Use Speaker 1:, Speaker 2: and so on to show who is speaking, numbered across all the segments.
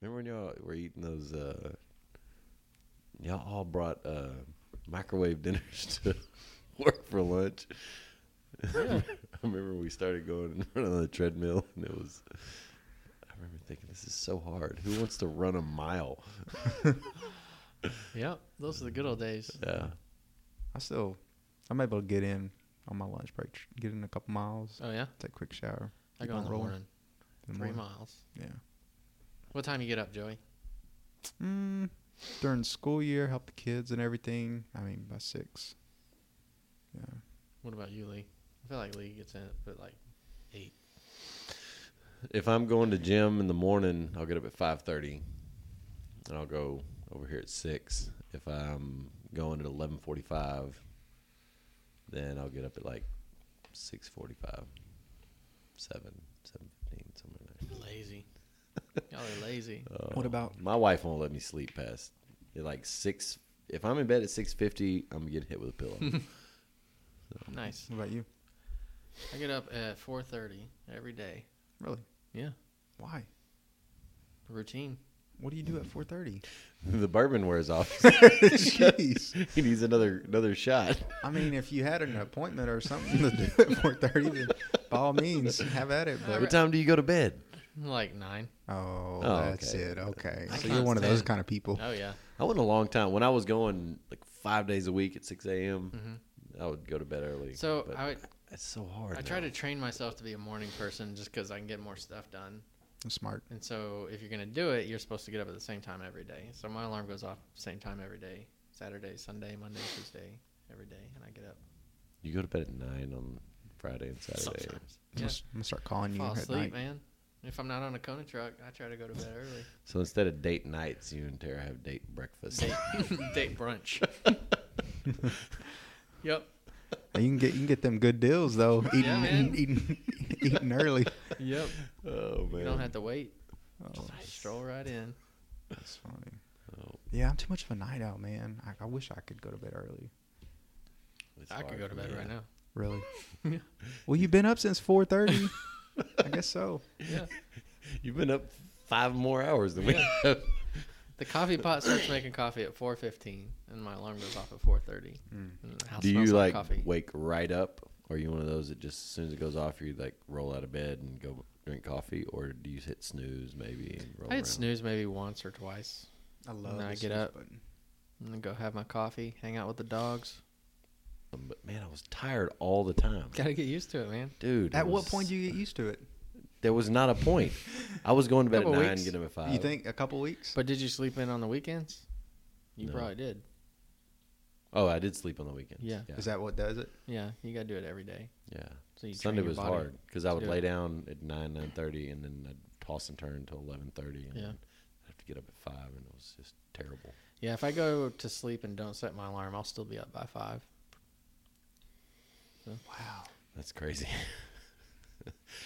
Speaker 1: Remember when y'all were eating those? Uh, y'all all brought uh, microwave dinners to work for lunch.
Speaker 2: Yeah.
Speaker 1: I remember we started going and running on the treadmill, and it was. I remember thinking, "This is so hard. Who wants to run a mile?"
Speaker 2: Yep. Those are the good old days.
Speaker 1: Yeah,
Speaker 3: I still, I'm able to get in on my lunch break, tr- get in a couple miles,
Speaker 2: Oh yeah.
Speaker 3: take a quick shower.
Speaker 2: I
Speaker 3: keep
Speaker 2: go
Speaker 3: on
Speaker 2: in the
Speaker 3: rolling
Speaker 2: morning.
Speaker 3: in the
Speaker 2: Three
Speaker 3: morning.
Speaker 2: miles.
Speaker 3: Yeah.
Speaker 2: What time you get up, Joey?
Speaker 3: Mm, during school year, help the kids and everything. I mean, by six. Yeah.
Speaker 2: What about you, Lee? I feel like Lee gets in at like eight.
Speaker 1: if I'm going to gym in the morning, I'll get up at five thirty, and I'll go over here at six. If I'm going at eleven forty-five, then I'll get up at like six forty-five, seven, seven fifteen, somewhere in
Speaker 2: Lazy. Y'all are lazy.
Speaker 1: there.
Speaker 3: What
Speaker 1: Uh,
Speaker 3: about-
Speaker 1: my wife? Won't let me sleep past at like six. If I'm in bed at six fifty, I'm getting hit with a pillow.
Speaker 2: Nice.
Speaker 3: What about you?
Speaker 2: I get up at four thirty every day.
Speaker 3: Really?
Speaker 2: Yeah.
Speaker 3: Why?
Speaker 2: Routine.
Speaker 3: What do you do at 4:30?
Speaker 1: the bourbon wears off.
Speaker 3: Jeez.
Speaker 1: he needs another another shot.
Speaker 3: I mean, if you had an appointment or something to do at 4:30, then by all means, have at it.
Speaker 1: What
Speaker 3: But
Speaker 1: time do you go to bed?
Speaker 2: Like nine.
Speaker 3: oh,
Speaker 1: Oh,
Speaker 3: that's
Speaker 1: okay.
Speaker 3: it. Okay,
Speaker 2: I
Speaker 3: so you're one of those
Speaker 2: can't
Speaker 3: kind of people.
Speaker 2: Oh yeah.
Speaker 1: I went a long time when I was going like five days a week at six a.m.
Speaker 2: hmm
Speaker 1: I would go to bed early.
Speaker 2: So
Speaker 1: but
Speaker 2: I would.
Speaker 1: it's so hard.
Speaker 2: I try to train myself to be a morning person just because I can get more stuff done.
Speaker 3: Smart.
Speaker 2: And so if you're gonna do it, you're supposed to get up at the same time every day. So my alarm goes off same time every day. Saturday, Sunday, Monday, Tuesday, every day, and I get up
Speaker 1: You go to bed at nine on Friday and Saturday.
Speaker 2: sometimes.
Speaker 3: I'm,
Speaker 2: Yeah.
Speaker 3: gonna, s- I'm gonna start calling you
Speaker 2: Fall
Speaker 3: at
Speaker 2: asleep,
Speaker 3: night.
Speaker 2: man. If I'm not on a Kona truck, I try to go to bed early.
Speaker 1: So instead of date nights, you and Tara have date breakfast.
Speaker 2: Date, date brunch. yep.
Speaker 3: And You can get you can get them good deals though. Eating
Speaker 2: Yeah, man.
Speaker 3: eating, eating, eating early.
Speaker 2: Yep.
Speaker 1: Oh man!
Speaker 2: You don't have to wait.
Speaker 3: Oh,
Speaker 2: Just stroll right in.
Speaker 3: that's funny.
Speaker 1: Oh,
Speaker 3: Yeah, I'm too much of a night owl, man. I, I wish I could go to bed early.
Speaker 1: it's
Speaker 2: I
Speaker 1: hard
Speaker 2: could go to
Speaker 1: for
Speaker 2: bed
Speaker 1: me.
Speaker 2: right now.
Speaker 3: Really?
Speaker 2: Yeah.
Speaker 3: Well, you've been up since 4:30. I guess so.
Speaker 2: Yeah.
Speaker 1: You've been up five more hours than we
Speaker 2: Yeah.
Speaker 1: have.
Speaker 2: The coffee pot starts making coffee at 4:15, and my alarm goes off at 4:30. And the
Speaker 1: Hmm.
Speaker 2: house
Speaker 1: Do you
Speaker 2: smells
Speaker 1: like
Speaker 2: coffee?
Speaker 1: wake right up? Or are you one of those that just as soon as it goes off, you like roll out of bed and go drink coffee? Or do you hit snooze maybe and roll
Speaker 2: I
Speaker 1: around?
Speaker 2: hit snooze maybe once or twice,
Speaker 3: I
Speaker 2: love I the get snooze up. and then go have my coffee, hang out with the dogs.
Speaker 1: But man, I was tired all the time.
Speaker 2: Gotta get used to it, man.
Speaker 1: Dude.
Speaker 3: At
Speaker 1: it
Speaker 3: what
Speaker 1: was-
Speaker 3: point do you get used to it?
Speaker 1: There was not a point. I was going to bed at
Speaker 2: Couple
Speaker 1: nine,
Speaker 2: weeks.
Speaker 1: getting up at five.
Speaker 3: you think a couple weeks?
Speaker 2: But did you sleep in on the weekends? You
Speaker 1: No.
Speaker 2: probably did.
Speaker 1: Oh, I did sleep on the weekends.
Speaker 2: Yeah.
Speaker 1: yeah.
Speaker 3: Is that what does it?
Speaker 2: Yeah, you gotta do it every day.
Speaker 1: yeah.
Speaker 2: So you train
Speaker 1: Sunday
Speaker 2: your
Speaker 1: was
Speaker 2: body.
Speaker 1: hard because I
Speaker 2: to
Speaker 1: would
Speaker 2: do
Speaker 1: lay
Speaker 2: it.
Speaker 1: down at nine nine thirty, and then I'd toss and turn until eleven thirty, and
Speaker 2: Yeah.
Speaker 1: I'd have to get up at five, and it was just terrible.
Speaker 2: Yeah, if I go to sleep and don't set my alarm, I'll still be up by five.
Speaker 3: Wow.
Speaker 1: That's crazy.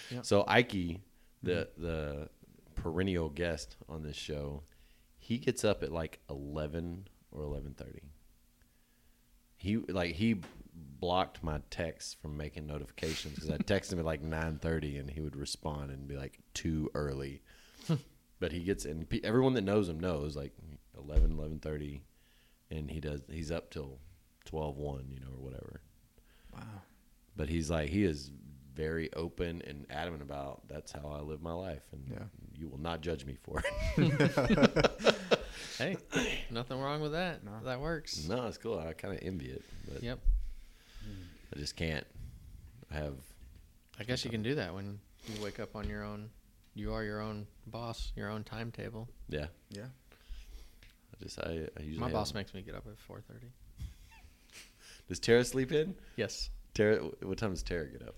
Speaker 2: Yeah.
Speaker 1: So Ike, the the perennial guest on this show, he gets up at like eleven or eleven thirty. He like he blocked my texts from making notifications because I texted him at like nine thirty and he would respond and be like too early. but he gets and pe- everyone that knows him knows like 11, 11.30 and he does he's up till 12, 1, you know or whatever
Speaker 3: Wow.
Speaker 1: but he's like he is very open and adamant about that's how I live my life and
Speaker 3: Yeah.
Speaker 1: you will not judge me for it.
Speaker 2: Hey, nothing wrong with that.
Speaker 3: No.
Speaker 2: That works.
Speaker 1: no, it's cool. I kind of envy it, but
Speaker 2: Yep.
Speaker 1: I just can't. I have
Speaker 2: I guess you can do that when you wake up on your own. You are your own boss, your own timetable.
Speaker 1: yeah.
Speaker 3: Yeah.
Speaker 1: I just I, I usually
Speaker 2: My
Speaker 1: have-
Speaker 2: boss makes me get up at four thirty.
Speaker 1: Does Tara sleep in?
Speaker 2: Yes.
Speaker 1: Tara, what time does Tara get up?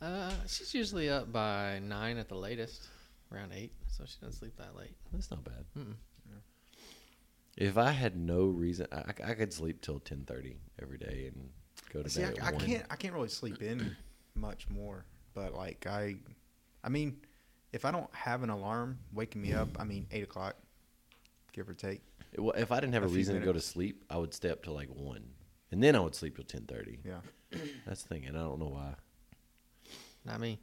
Speaker 2: Uh, she's usually up by nine at the latest, around eight. So she doesn't sleep that late.
Speaker 1: That's not bad.
Speaker 2: Mm-mm.
Speaker 1: If I had no reason, I, I- I could sleep till ten thirty every day and go to
Speaker 3: See, I,
Speaker 1: bed. at
Speaker 3: I
Speaker 1: one.
Speaker 3: can't. I can't really sleep in much more. But like I, I mean, if I don't have an alarm waking me up, I mean eight o'clock, give or take.
Speaker 1: Well, if I didn't have
Speaker 3: A
Speaker 1: a,
Speaker 3: few
Speaker 1: reason to go to
Speaker 3: minutes.
Speaker 1: sleep, I would stay up till like one, and then I would sleep till ten thirty.
Speaker 3: Yeah.
Speaker 1: That's the thing, and I don't know why.
Speaker 2: Not me.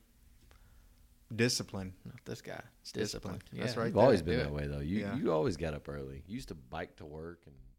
Speaker 3: Discipline.
Speaker 2: Not this guy. It's
Speaker 3: Discipline.
Speaker 2: discipline.
Speaker 3: That's
Speaker 2: Yeah.
Speaker 3: right
Speaker 1: You've always
Speaker 3: there.
Speaker 1: been
Speaker 2: Do
Speaker 1: that
Speaker 2: it.
Speaker 1: way though. You
Speaker 3: Yeah.
Speaker 1: you always got up early. You used to bike to work and